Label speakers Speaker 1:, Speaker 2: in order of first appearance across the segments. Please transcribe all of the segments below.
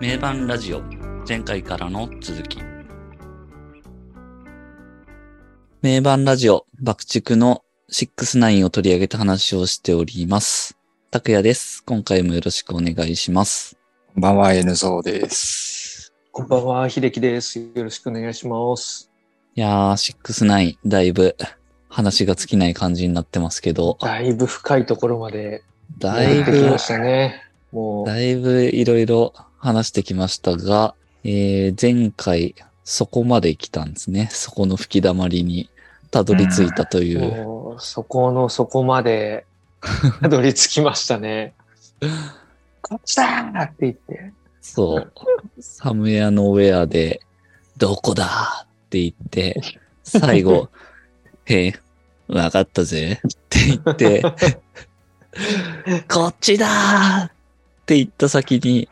Speaker 1: 名盤ラジオ前回からの続き名盤ラジオ爆竹の69を取り上げた話をしております拓也です今回もよろしくお願いします
Speaker 2: こんばんは、N ゾウです。
Speaker 3: こんばんは、秀樹です。よろしくお願いします。
Speaker 1: いやー69だいぶ話が尽きない感じになってますけど
Speaker 3: だいぶ深いところまで
Speaker 1: だい
Speaker 3: 入ってき
Speaker 1: ぶ
Speaker 3: ましたね。もう、
Speaker 1: だいぶいろいろ話してきましたが、えー前回そこまで来たんですね。そこの吹き溜まりにたどり着いたという。
Speaker 3: もうそこのそこまでたどり着きましたね。こっちだーって言って。
Speaker 1: そう。サムエアのウェアで、どこだって言って、最後、 へえ、わかったぜって言って、こっちだって言った先に、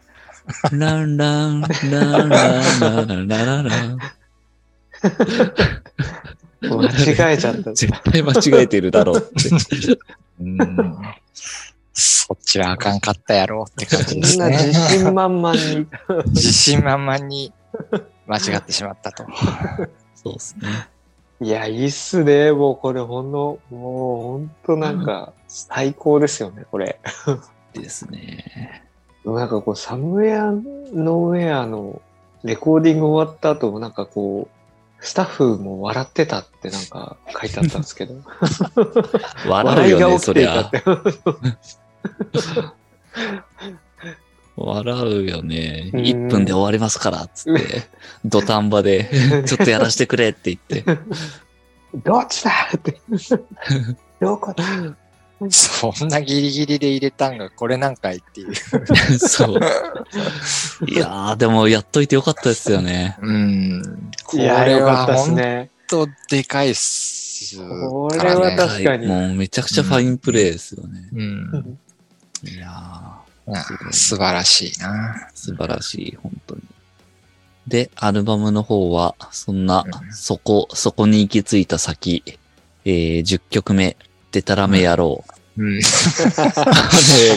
Speaker 1: ランラン、ランラン、ランランランラン。
Speaker 3: 間違えちゃった。
Speaker 1: 絶対間違えてるだろうって。
Speaker 2: うん。そっちはあかんかったやろうって感じで
Speaker 3: みん
Speaker 2: す
Speaker 3: な自
Speaker 2: ね。
Speaker 3: 信満々に。
Speaker 2: 自信満々に間違ってしまったと。
Speaker 1: そうですね。
Speaker 3: いや、いいっすね。もうこれほんの、もうほんとなんか最高ですよね、これ。
Speaker 1: ですね。
Speaker 3: なんかこう、サムエアノウェアのレコーディング終わった後、なんかこう、スタッフも笑ってたってなんか書いてあったんですけ ど。
Speaker 1: 笑うよね、そりゃ。
Speaker 3: てたって。
Speaker 1: 笑うよね。
Speaker 3: うん
Speaker 1: 1分で終わりますから、つって。土壇場で、ちょっとやらせてくれって言って。
Speaker 3: どっちだって。どこだ
Speaker 2: そんなギリギリで入れたんがこれなんかいっていう。
Speaker 1: そう。いやー、でもやっといてよかったですよね。
Speaker 2: うん。こ
Speaker 3: い
Speaker 2: れ
Speaker 3: や、よか
Speaker 2: は
Speaker 3: ったです
Speaker 2: 本
Speaker 3: ね。
Speaker 2: 当でかいっすからね。
Speaker 3: これは確かに
Speaker 1: もうめちゃくちゃファインプレーですよね。
Speaker 2: うん。
Speaker 1: いや
Speaker 2: あ素晴らしいな
Speaker 1: ー、。素晴らしい、本当に。で、アルバムの方は、そんな、
Speaker 2: うん
Speaker 1: そこ、そこに行き着いた先、えー、10曲目、デタラメ野郎。
Speaker 2: う ん。
Speaker 1: もう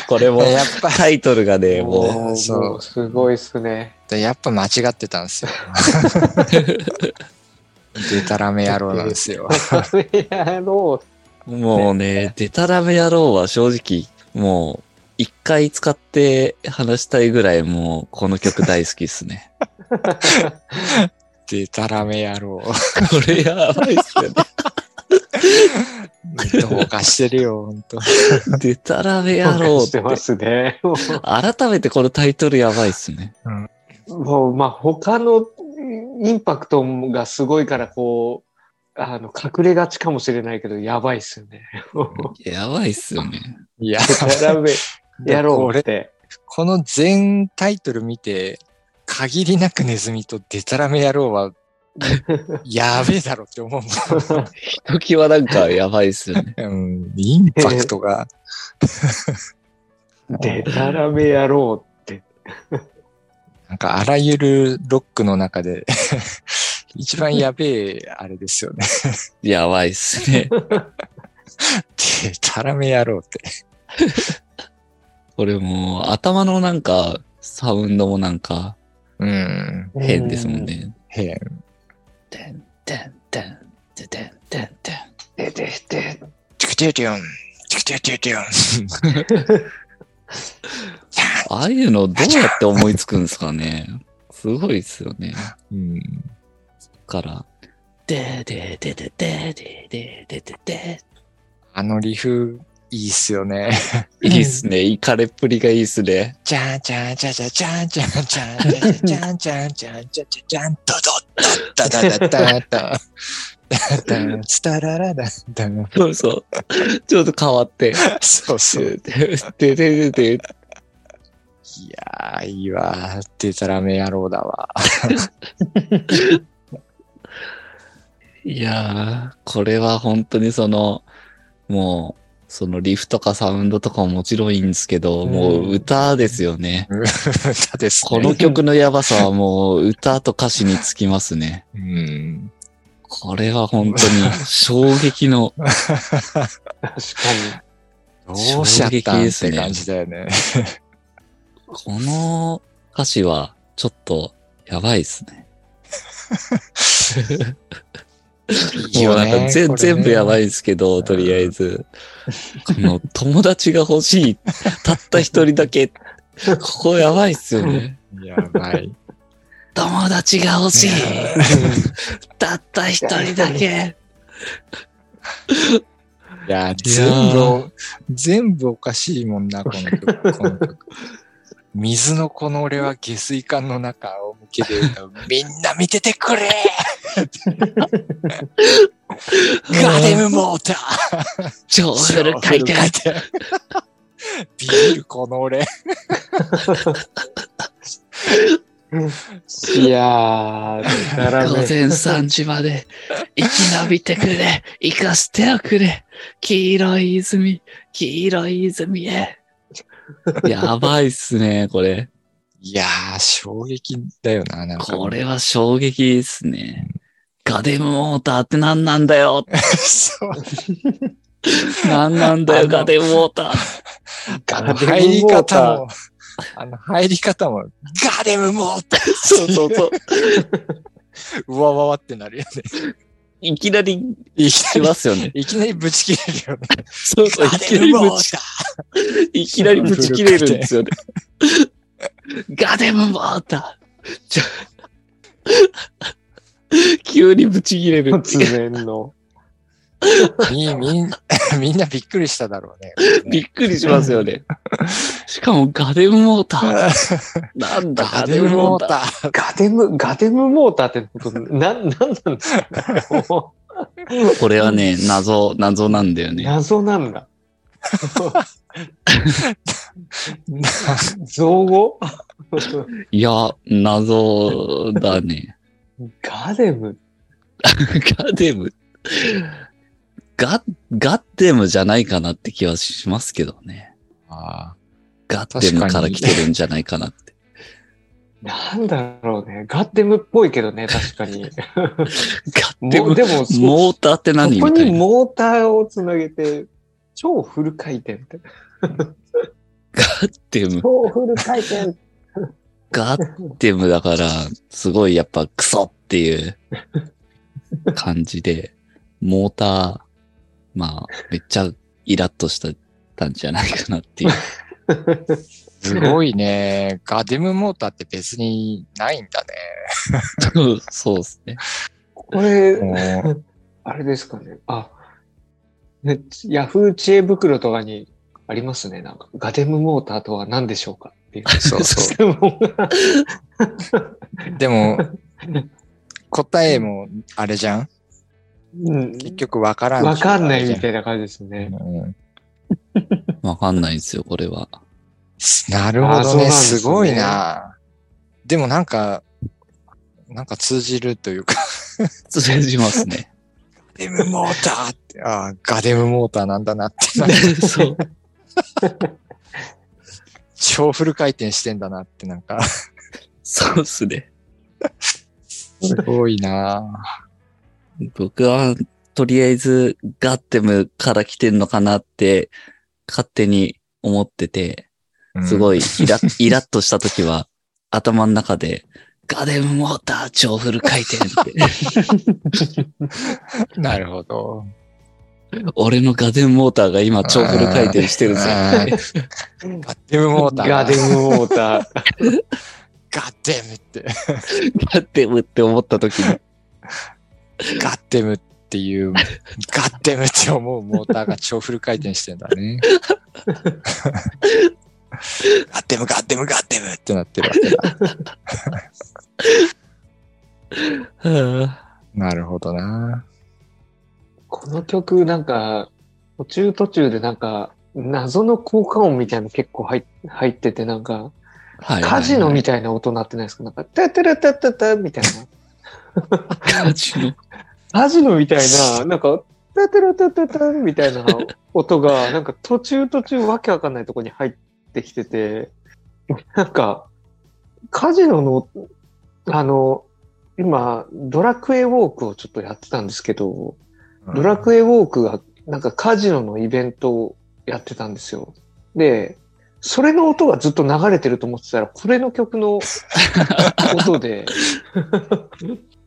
Speaker 1: これも
Speaker 2: やっぱ
Speaker 1: タイトルがね、も
Speaker 3: もう、
Speaker 2: そう
Speaker 3: もうすごいっす ね。
Speaker 2: でやっぱ間違ってた んですよ。でたらめ野郎なんですよ。
Speaker 3: サムエアの、
Speaker 1: う、もうね、デタラメ野郎は正直、もう、一回使って話したいぐらい、もう、この曲大好きっすね。
Speaker 2: でたらめ野 郎。
Speaker 1: これやばいっすよね。
Speaker 2: どうかしてるよ、ほんと。
Speaker 1: デタラメ野郎っ
Speaker 3: してて、ますね。も
Speaker 1: 改めてこのタイトルやばいっすね。
Speaker 3: う、もうまあ、他のインパクトがすごいから、こう、あの、隠れがちかもしれないけど、やばいっすよね。
Speaker 1: やばいっすよね。
Speaker 2: いや、
Speaker 3: 並べ やろうっ
Speaker 2: 俺、
Speaker 3: て。
Speaker 2: この全タイトル見て、限りなくネズミとデタラメ野郎 は、やべえだろって 思う
Speaker 1: ひときわなんかやばいっすよね。
Speaker 2: もん。うん、インパクトが。
Speaker 3: でたらめやろうって。
Speaker 2: なんかあらゆるロックの中で、 一番やべえあれですよね。
Speaker 1: やばいっすね。
Speaker 2: でたらめ野郎って。
Speaker 1: これもう、頭のなんか、サウンドもなんか、
Speaker 2: うん。
Speaker 1: 変ですもんね。
Speaker 2: へえ。
Speaker 1: てんてんてんてんてんてんてん。
Speaker 3: うん。ででで
Speaker 2: チクチュチュン。チクチュチュチュン。
Speaker 1: ああいうのどうやって思いつくんですか ね。すごいですよね。だ
Speaker 2: うん。
Speaker 1: から。でででででででででで。
Speaker 2: あのリフ、いいっすよね。
Speaker 1: いいっすね。イカレっぷりがいいっすね。
Speaker 2: じゃんじゃんじゃんじゃんじゃんじゃんじゃんじゃんじゃんじゃんじゃんじゃんじゃんじゃんドドッダダダダダダダスタララダダ
Speaker 1: そうそう。ちょっと変わって。
Speaker 2: そうそう。
Speaker 1: ででででで。
Speaker 2: いやー、いいわ。デタラメ野郎だわ。
Speaker 1: いやー、これは本当にその、もう、そのリフとかサウンドとかももちろんいいんですけど、
Speaker 3: うん
Speaker 1: もう歌ですよね。
Speaker 2: 歌ですね。
Speaker 1: この曲のやばさはもう歌と歌詞につきますね。
Speaker 2: うん。
Speaker 1: これは本当に衝撃の、
Speaker 3: 確か
Speaker 2: どうしちゃったんって感じだよね。
Speaker 1: この歌詞はちょっと、やばいっすね。
Speaker 2: いい
Speaker 1: もう
Speaker 2: よ
Speaker 1: なん
Speaker 2: ね
Speaker 1: か全,、
Speaker 2: これね
Speaker 1: 全部やばいですけど、とりあえず。この友達が欲しい。たった一人だけ。ここやばいっすよね。
Speaker 2: やばい。
Speaker 1: 友達が欲しい。たった一人だけ。
Speaker 2: いや、全部、全部おかしいもんな、この曲。この曲水のこの俺は下水管の中を向けて歌う。みんな見ててくれガレムモーター
Speaker 1: 超フル回転。
Speaker 2: 書いてあるビールこの俺。
Speaker 3: いやー、なら
Speaker 1: 午
Speaker 3: ね。
Speaker 1: 前3時まで生き延びてくれ、生かしておくれ、黄色い泉、黄色い泉へ。やばいっすね、これ。
Speaker 2: いやー、衝撃だよな、なんか。
Speaker 1: これは衝撃ですね。ガデムモーターって何なんだよ
Speaker 2: そう。
Speaker 1: 何なんだ
Speaker 2: あ
Speaker 1: よ、
Speaker 2: の
Speaker 1: ガデムモーター。
Speaker 2: あ
Speaker 3: ガ
Speaker 2: の
Speaker 3: デムモーター
Speaker 2: 入り方も、あの入り方も、ガレムモーター
Speaker 1: そうそうそう。
Speaker 2: うわわわってなるよね。
Speaker 1: いきなり
Speaker 2: いき
Speaker 1: し
Speaker 2: なり、
Speaker 1: ますよね。
Speaker 2: いきなりぶち切れるよね。
Speaker 1: そうそう、い
Speaker 2: ガ
Speaker 1: きな
Speaker 2: レ
Speaker 1: り
Speaker 2: ム
Speaker 1: ぶ
Speaker 2: モーター
Speaker 1: ち、いきなりぶち切れるんですよね。 ガデムモーター。ちょ 急にぶち切れる。
Speaker 3: 突然の。
Speaker 2: み、みん、みんなびっくりしただろうね。
Speaker 1: びっくりしますよ ね。しかもガデムモーター。なんだガ
Speaker 2: ガ
Speaker 1: デ
Speaker 2: デ
Speaker 1: ム
Speaker 2: ム
Speaker 1: モ
Speaker 2: モ
Speaker 1: ータ
Speaker 2: ー
Speaker 1: ー。
Speaker 2: ター。
Speaker 3: ガデム、ガデムモーターって本当、なん、なんなんですかも
Speaker 1: これはね、謎、謎なんだよ
Speaker 3: う
Speaker 1: ね。
Speaker 3: 謎なんだ。
Speaker 2: な
Speaker 3: 造語
Speaker 1: いや、謎だね。
Speaker 3: ガデム、
Speaker 1: ガデム。ガ、ガッデムじゃないかなって気はしますけどね。
Speaker 2: あ
Speaker 1: ガッデムから来てるんじゃないかなって。
Speaker 3: なんだろうね。ガデムっぽいけどね、確かに。
Speaker 1: ガッデ
Speaker 3: もう
Speaker 1: ム。
Speaker 3: でも、そ
Speaker 1: モーターって何み
Speaker 3: そこ
Speaker 1: た
Speaker 3: に
Speaker 1: いな。
Speaker 3: モーターをつなげて、超フル回転って。
Speaker 1: ガッデム。
Speaker 3: 超フル回転
Speaker 1: ガッデムだから、すごいやっぱクソっていう感じで、モーター、まあ、めっちゃイラッとしたんじゃないかなっていう。
Speaker 2: ーすごいね。ガデムモーターって別にないんだね。
Speaker 1: そうそうですね。
Speaker 3: これ、
Speaker 2: もう
Speaker 3: あれですかね。あ、ね、ヤフー知恵袋とかにありますね。なんか、ガデムモーターとは何でしょうかっていう。
Speaker 2: そうそ
Speaker 3: 質問が
Speaker 2: う。 でも、答えもあれじゃん
Speaker 3: うん
Speaker 2: 結局わからん。
Speaker 3: わかんないみ
Speaker 2: い
Speaker 3: たいな感じですね。
Speaker 2: うん
Speaker 1: わかんないですよ、これは。
Speaker 2: なるほ
Speaker 3: あ
Speaker 2: ど
Speaker 3: そうなん
Speaker 2: ね。
Speaker 3: ですね
Speaker 2: すごいな。でもなんか、なんか通じるというか
Speaker 1: 通じます ね。
Speaker 2: ガデムモーターって、ああ、ガデムモーターなんだなっ てなんか、
Speaker 1: そう。
Speaker 2: 超フル回転してんだなって、なんか、
Speaker 1: そうですね。
Speaker 2: すごいなぁ
Speaker 1: 僕は、とりあえず、ガッデムから来てんのかなって、勝手に思ってて、
Speaker 2: うん
Speaker 1: すごいイラ、 イラッとした時は、頭の中で、ガデムモーター超フル回転って、
Speaker 2: なるほど。
Speaker 1: 俺のガデムモーターが今超フル回転してるぞ
Speaker 2: あ
Speaker 1: って。
Speaker 2: ガデムモーター。
Speaker 3: ガデ。ムモーター。
Speaker 2: ガデムって。
Speaker 1: ガデムって思った時に、
Speaker 2: ガデムっていう、ガデムって思うモーターが超フル回転してんだね。ガデム、ガデム、ガデムってなってるわけだ。
Speaker 1: は
Speaker 2: なるほどな
Speaker 3: この曲、なんか、途中途中でなんか、謎の効果音みたいなの結構入っ入ってて、なんか、
Speaker 1: い
Speaker 3: カジノみたいな音鳴ってないですかなんか、タタラタタタみたいな。
Speaker 1: カジノ。
Speaker 3: カジノみたいな、なんか、タタラタタタみたいな音が、なんか途中途中わけわかんないとこに入ってきてて、なんか、カジノの、あの、今、ドラクエウォークをちょっとやってたんですけど、ドラクエウォークが、なんかカジノのイベントをやってたんですよ。で、それの音がずっと流れてると思ってたら、これの曲の音で、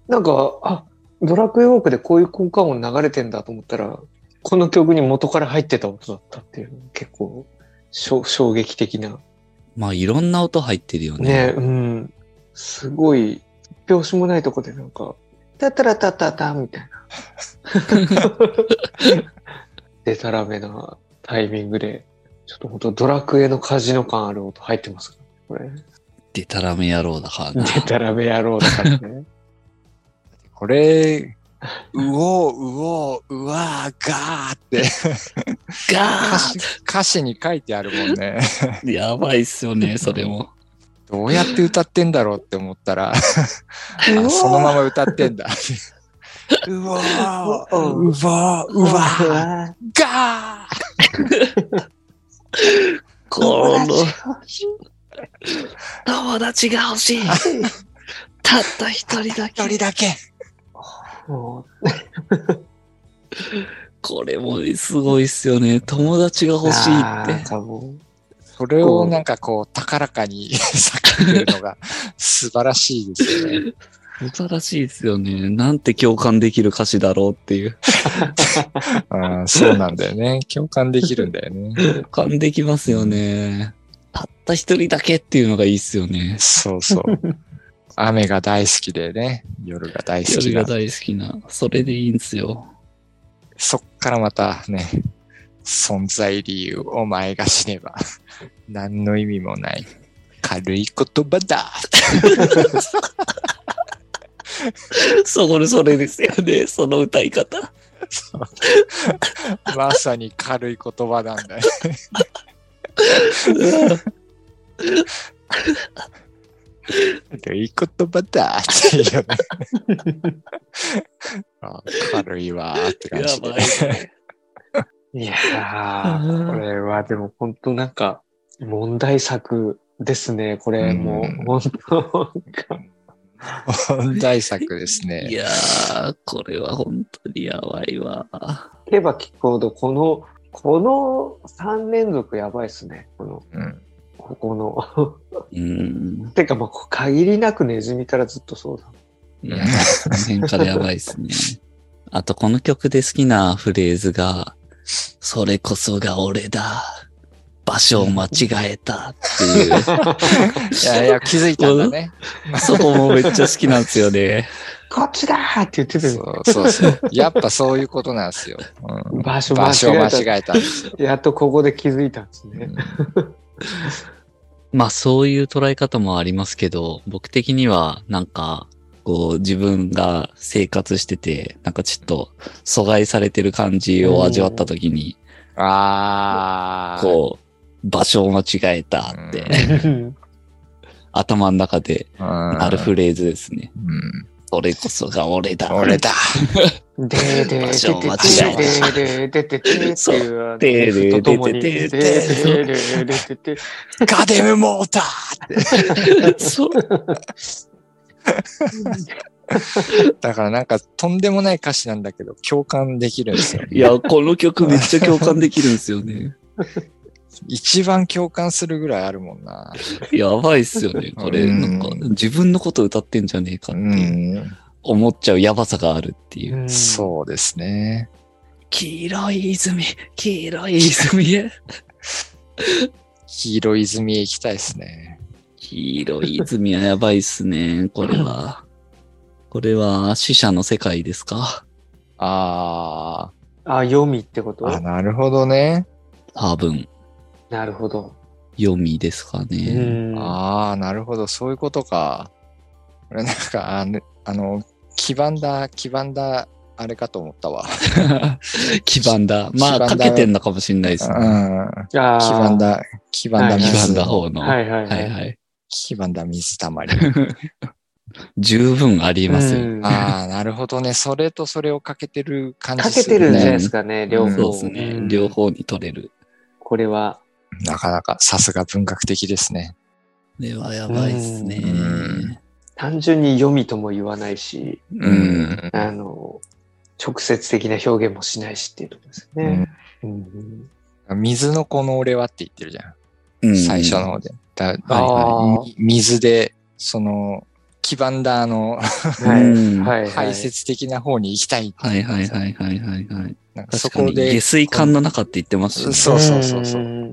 Speaker 3: なんか、あ、ドラクエウォークでこういう効果音流れてんだと思ったら、この曲に元から入ってた音だったっていう、結構、しょ衝撃的な。
Speaker 1: まあいろんな音入ってるよ
Speaker 3: ね
Speaker 1: ね。
Speaker 3: うん。すごい、拍子もないとこでなんか、タタラタタタみたいな。 でたらめなタイミングで、ちょっと本当ドラクエのカジノ感ある音入ってますからね
Speaker 1: でたらめ野郎だから
Speaker 3: これ。
Speaker 1: ね。
Speaker 3: でたらめ野郎だ からね。
Speaker 2: これ、うおう、うおう、うわー、ガーって
Speaker 1: ガ
Speaker 2: 歌詞、歌詞に書いてあるもんね。
Speaker 1: ーやばいっすよね、それも。
Speaker 2: どうやって歌ってんだろうって思った
Speaker 3: う
Speaker 2: ら、あ
Speaker 3: お
Speaker 2: そのまま歌ってんだ。うわー、うわー、うわー、ガー
Speaker 1: この
Speaker 3: 友達
Speaker 1: 友達が欲しい。たった一人だ
Speaker 2: 一人だけ。
Speaker 3: もう
Speaker 1: これもすごいっすよね。友達が欲しいっ
Speaker 3: あーなん
Speaker 1: て。
Speaker 3: かもう
Speaker 2: それをなんかこう、高らかに 叫んでるのが素晴らしいですよね。
Speaker 1: 素晴らしいっすよね。なんて共感できる歌詞だろうっていう。
Speaker 2: うん、そうなんだよね。共感できるんだよね。
Speaker 1: 共感できますよね。たった一人だけっていうのがいいっすよね。
Speaker 2: そうそう。雨が大好きでね、夜が大好
Speaker 1: 一
Speaker 2: き
Speaker 1: 人
Speaker 2: な
Speaker 1: が。大好きな。それでいいんすよ。
Speaker 2: そっからまたね、存在理由、お前が死ねば、何の意味もない。軽い言葉 だ。
Speaker 1: そこでそれですよね。その歌い方。
Speaker 2: まさに軽い言葉なんだよ。軽い言葉だっていうよね。 あ軽いわーって
Speaker 1: や
Speaker 2: 感じで
Speaker 1: ば。い。
Speaker 3: いやー、これはでも本当なんか問題作ですね。これも
Speaker 2: うん
Speaker 3: う本当なんか
Speaker 2: 問題作です
Speaker 1: い
Speaker 2: ね。
Speaker 1: やー、これは本当にやばいわ。
Speaker 3: 聞けば聞くほどこの、この3連続やばいっすね。この、
Speaker 2: うん
Speaker 3: ここの。
Speaker 1: うん。
Speaker 3: てかまあこう限りなくネズミからずっとそうだ。
Speaker 1: いやー、この辺からやばいっすね。あと、この曲で好きなフレーズが、それこそが俺だ。場所を間違えたっていう。
Speaker 2: いやいや、気づいたんだね。
Speaker 1: そこもめっちゃ好きなんですよね。
Speaker 3: こっちだーって言ってて、
Speaker 2: そうそうそう。やっぱそういうことなんですよ。うん
Speaker 3: 場所間
Speaker 2: 場所を間
Speaker 3: 違え
Speaker 2: 違えたんですよ。
Speaker 3: た。やっとここで気づいたんですね。
Speaker 1: まあそういう捉え方もありますけど、僕的にはなんか、こう自分が生活してて、なんかちょっと阻害されてる感じを味わった時に、
Speaker 2: ああ。
Speaker 1: こう、場所を間違えたって、頭の中で
Speaker 2: うん。
Speaker 1: あ
Speaker 2: あ
Speaker 1: るフレーズですね。
Speaker 2: うん。
Speaker 1: それこそが俺だ。
Speaker 2: 俺だ。
Speaker 3: でーでーでーでーでーでーでーでーでーでーってい
Speaker 1: でーでーでーでーで
Speaker 3: う、
Speaker 1: ー
Speaker 3: ともに、
Speaker 1: でーで
Speaker 3: でーで
Speaker 1: ー
Speaker 3: ーでーでーでー
Speaker 2: ガデムモーター
Speaker 1: そう。
Speaker 2: だからなんかとんでもない歌詞なんだけど共感できるんですよ。
Speaker 1: いや、この曲めっちゃ共感できるんですよね。
Speaker 2: 一番共感するぐらいあるもんな。
Speaker 1: やばいっすよね。これ、なんか自分のこと歌ってんじゃねえか
Speaker 2: う。
Speaker 1: っていうん思っちゃうやばさがあるっていう。
Speaker 3: うん
Speaker 2: そうですね。
Speaker 1: 黄色い泉、黄色い泉へ。
Speaker 2: 黄色い泉へ行きたいですね。
Speaker 1: 黄色い泉はやばいっすね、これは。これは死者の世界ですか
Speaker 2: あ
Speaker 3: あ、読みってこ
Speaker 2: ーあ、
Speaker 3: と
Speaker 2: なるほどね。
Speaker 1: 多分、
Speaker 3: なるほど。
Speaker 1: 読みですか
Speaker 3: う
Speaker 1: ね。
Speaker 3: ん。
Speaker 2: ああ、なるほど。そういうことか。これなんか、あの、あの黄ばんだ、黄ばんだ、あれかと思ったわ。
Speaker 1: 基盤だ。まあ、
Speaker 2: 基盤だ
Speaker 1: かけてんのかもしれないです
Speaker 2: う
Speaker 1: ね。
Speaker 2: ん。
Speaker 3: あー
Speaker 2: 黄ばん。だ、黄ばんだ
Speaker 3: はい
Speaker 1: 基盤
Speaker 2: 水
Speaker 1: だ。方の。
Speaker 3: はいはい
Speaker 1: はい
Speaker 3: はい。
Speaker 1: はい。
Speaker 2: 黄ばんだ水たまり。
Speaker 1: 十分ありますよ。
Speaker 3: うんか
Speaker 2: ああ、なるほどね。それとそれをかけてる感じ
Speaker 3: け
Speaker 2: す
Speaker 3: て
Speaker 2: る、ね。
Speaker 3: るんじゃないですかね、両
Speaker 2: うん
Speaker 1: そう
Speaker 3: 方。
Speaker 1: ですね、
Speaker 3: うん
Speaker 1: 両。方に取れる。
Speaker 3: これは、
Speaker 2: なかなか、さすが文学的ですね。
Speaker 1: これはやばいっすね。
Speaker 2: うん
Speaker 3: 単純に読みとも言わないし、
Speaker 1: う。
Speaker 2: うんん。
Speaker 3: あの、直接的な表現もしないしっていうところですね。うん
Speaker 2: 水のこの俺はって言ってるじゃん。
Speaker 1: うん
Speaker 2: 最初の。方で。だ
Speaker 1: はい
Speaker 3: あ
Speaker 2: み水で、その、黄ばんだあの、
Speaker 3: あ、
Speaker 1: は
Speaker 3: はいい。
Speaker 1: うん
Speaker 3: はい、はい。
Speaker 2: 排泄的な方に行きたい。
Speaker 1: はいはいはいはいはいはい。
Speaker 2: なんかそ
Speaker 1: 確か
Speaker 2: こ
Speaker 1: に、
Speaker 2: で
Speaker 1: 下、水管の中って言ってますよね。
Speaker 2: そうそうそうそう
Speaker 3: うん。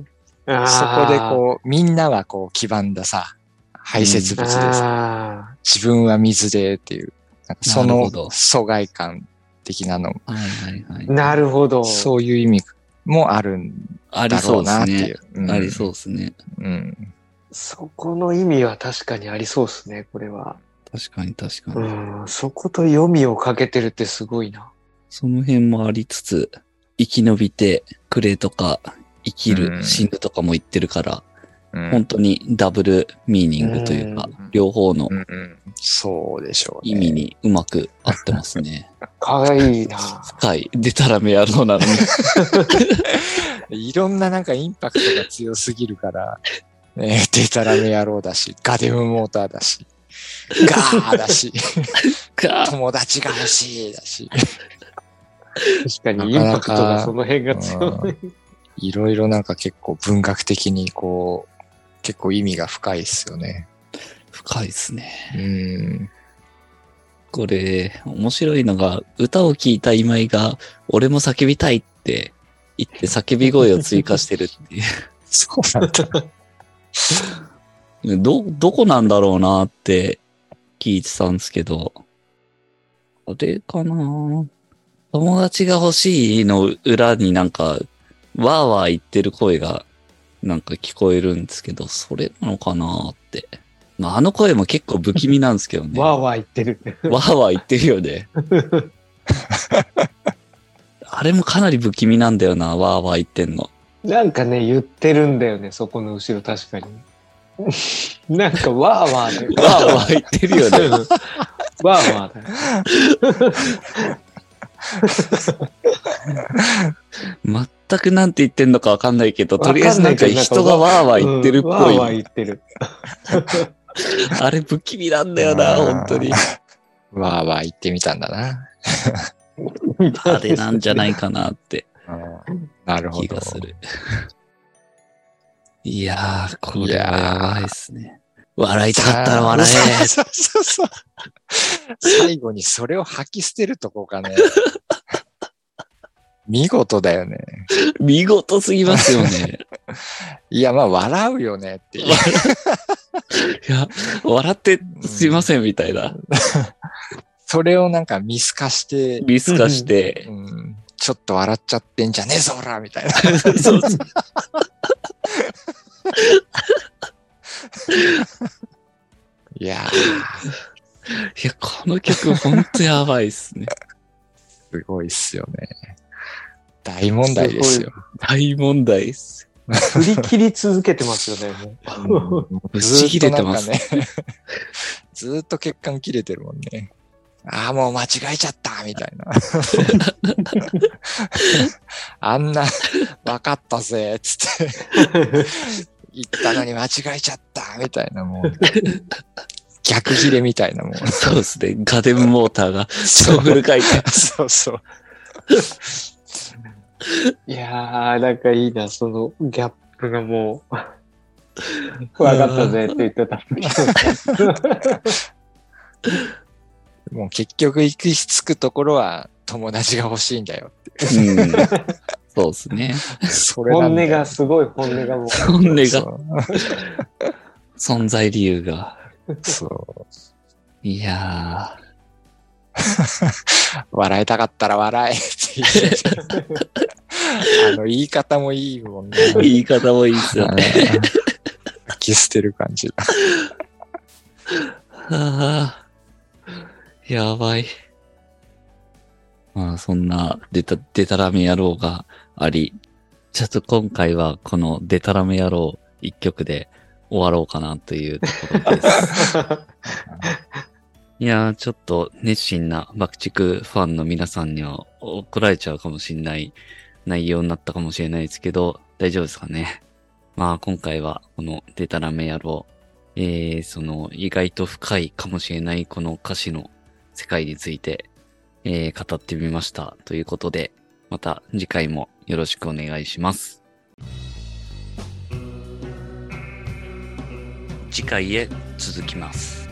Speaker 2: そこで
Speaker 3: う
Speaker 2: こう、みんなはこう、黄ばんださ、排泄物で
Speaker 3: あ
Speaker 2: す。
Speaker 3: ー
Speaker 2: 自分は水でっていう、なんかそ
Speaker 1: なる
Speaker 2: の
Speaker 1: ほど
Speaker 2: 疎外感的なの、
Speaker 1: はいはいはい。
Speaker 3: あー。なるほど。
Speaker 2: そういう意味もあるん
Speaker 1: あり
Speaker 2: だろ
Speaker 1: そううで
Speaker 2: な
Speaker 1: す
Speaker 2: ってい
Speaker 1: ね
Speaker 2: う。。うん
Speaker 1: ありそうですね。
Speaker 2: うん。
Speaker 3: そこの意味は確かにありそうですね、これは。
Speaker 1: 確かに確かに。
Speaker 3: うん、そこと読みをかけてるってすごいな。
Speaker 1: その辺もありつつ、生き延びてくれとか、生き
Speaker 2: う
Speaker 1: る、
Speaker 2: ん
Speaker 1: 死ぬとかも言ってるから、
Speaker 2: うん
Speaker 1: 本当にダブルミーニングというか
Speaker 2: うん、
Speaker 1: 両方の
Speaker 2: うんうんそうでしょう、ね。
Speaker 1: 意味にうまく合ってますね。
Speaker 3: かわ いいな。
Speaker 1: 深い。でたらめ野郎なのに。
Speaker 2: いろんななんかインパクトが強すぎるから、 ね、デタラメ野郎だし、ガデムモーター だし、ガーだし、
Speaker 1: か
Speaker 2: 友達が欲しいだし、
Speaker 3: 確かにインパクトがその辺が強い。
Speaker 2: いろいろなんか結構文学的にこう、結構意味が深いですよね。
Speaker 1: 深いですね。
Speaker 2: うん。
Speaker 1: これ、面白いのが、歌を聴いた今井が、俺も叫びたいって言って叫び声を追加してるっていう。
Speaker 2: そうな んだ。
Speaker 1: ど、どこなんだろうなって聞いてたんですけど、あれかな友達が欲しいの裏になんか、わーわー言ってる声がなんか聞こえるんですけど、それなのかなって。まあ、あの声も結構不気味なんですけどね。
Speaker 3: わーわー言ってる。
Speaker 1: わーわー言ってるよ ね。あれもかなり不気味なんだよな、わーわー言ってんの。
Speaker 3: なんかね、言ってるんだよね、そこの後ろ、確かに。 なんか、わーわーで。
Speaker 1: わーわー言ってるよね。
Speaker 3: うんわーわーだよ。
Speaker 1: 全くなんて言ってんのかわかんないけど、
Speaker 3: わ
Speaker 1: と
Speaker 3: かんな
Speaker 1: りあえ
Speaker 3: いけど
Speaker 1: ずなんか人がわーわー言ってるっぽ
Speaker 3: うん
Speaker 1: い。
Speaker 3: わーわー言ってる。
Speaker 1: あれ不気味なんだよな、
Speaker 2: うん
Speaker 1: 本当に。
Speaker 2: わーわー言ってみたんだな。
Speaker 1: あれなんじゃないかなって
Speaker 2: なるほ
Speaker 1: 気
Speaker 2: ど
Speaker 1: が。する。いやー、こ
Speaker 2: い
Speaker 1: れは
Speaker 2: やー
Speaker 1: やばいっすね。笑いたかったら笑え。
Speaker 2: そうそうそうそう。 最後にそれを吐き捨てるとこがね。 見事だよね。
Speaker 1: 見事すぎますよ ね。
Speaker 2: いや、まあ、笑うよねっていう。
Speaker 1: いや、笑ってすいませんみたいな。
Speaker 2: それをなんか見透かして、
Speaker 1: ミス化して
Speaker 2: う。ん、ちょっと笑っちゃってんじゃねえぞ、おらみたいな。
Speaker 1: そうそう
Speaker 2: いやー、
Speaker 1: いや、この曲ほんとやばいっすね。
Speaker 2: すごいっすよね。大問題ですよ。
Speaker 1: 大問題っす。
Speaker 3: 振り切り続けてますよね。もう
Speaker 1: ぶち切れてます
Speaker 2: ずーっとなんかね。 ずーっと血管切れてるもんね。ああ、もう間違えちゃったみたい な。あんな、わかったぜ、つって。言ったのに間違えちゃったみたいな、もう。逆切れみたいな、もう。
Speaker 1: そうですね。ガデムモーターが超フル回転。
Speaker 2: そうそう。
Speaker 3: いやー、なんかいいな、そのギャップがも う。わかったぜって言ってた。
Speaker 2: もう結局行き着くところは友達が欲しいんだよ。
Speaker 1: うんそうですね。
Speaker 2: それな
Speaker 3: 本
Speaker 2: んだ
Speaker 3: 音
Speaker 2: よ
Speaker 3: が、すごい本音がもう。
Speaker 1: 本音が、
Speaker 2: が。
Speaker 1: 存在理由が。
Speaker 2: そう。
Speaker 1: いや
Speaker 2: 笑いたかったら笑 えっていう。あの、言い方もいいもんね。
Speaker 1: ー、言い方もいいっすよ ね。
Speaker 2: 吐き捨てる感じ。
Speaker 1: はあやばい。まあ、そんな、でた、でたらめ野郎があり、ちょっと今回はこのでたらめ野郎一曲で終わろうかなというところです。いやー、ちょっと熱心な爆竹ファンの皆さんには怒られちゃうかもしれない内容になったかもしれないですけど、大丈夫ですかね。 まあ今回はこのデタラメ野郎、えー、その意外と深いかもしれないこの歌詞の世界について、えー、語ってみました。ということで、また次回もよろしくお願いします。次回へ続きます。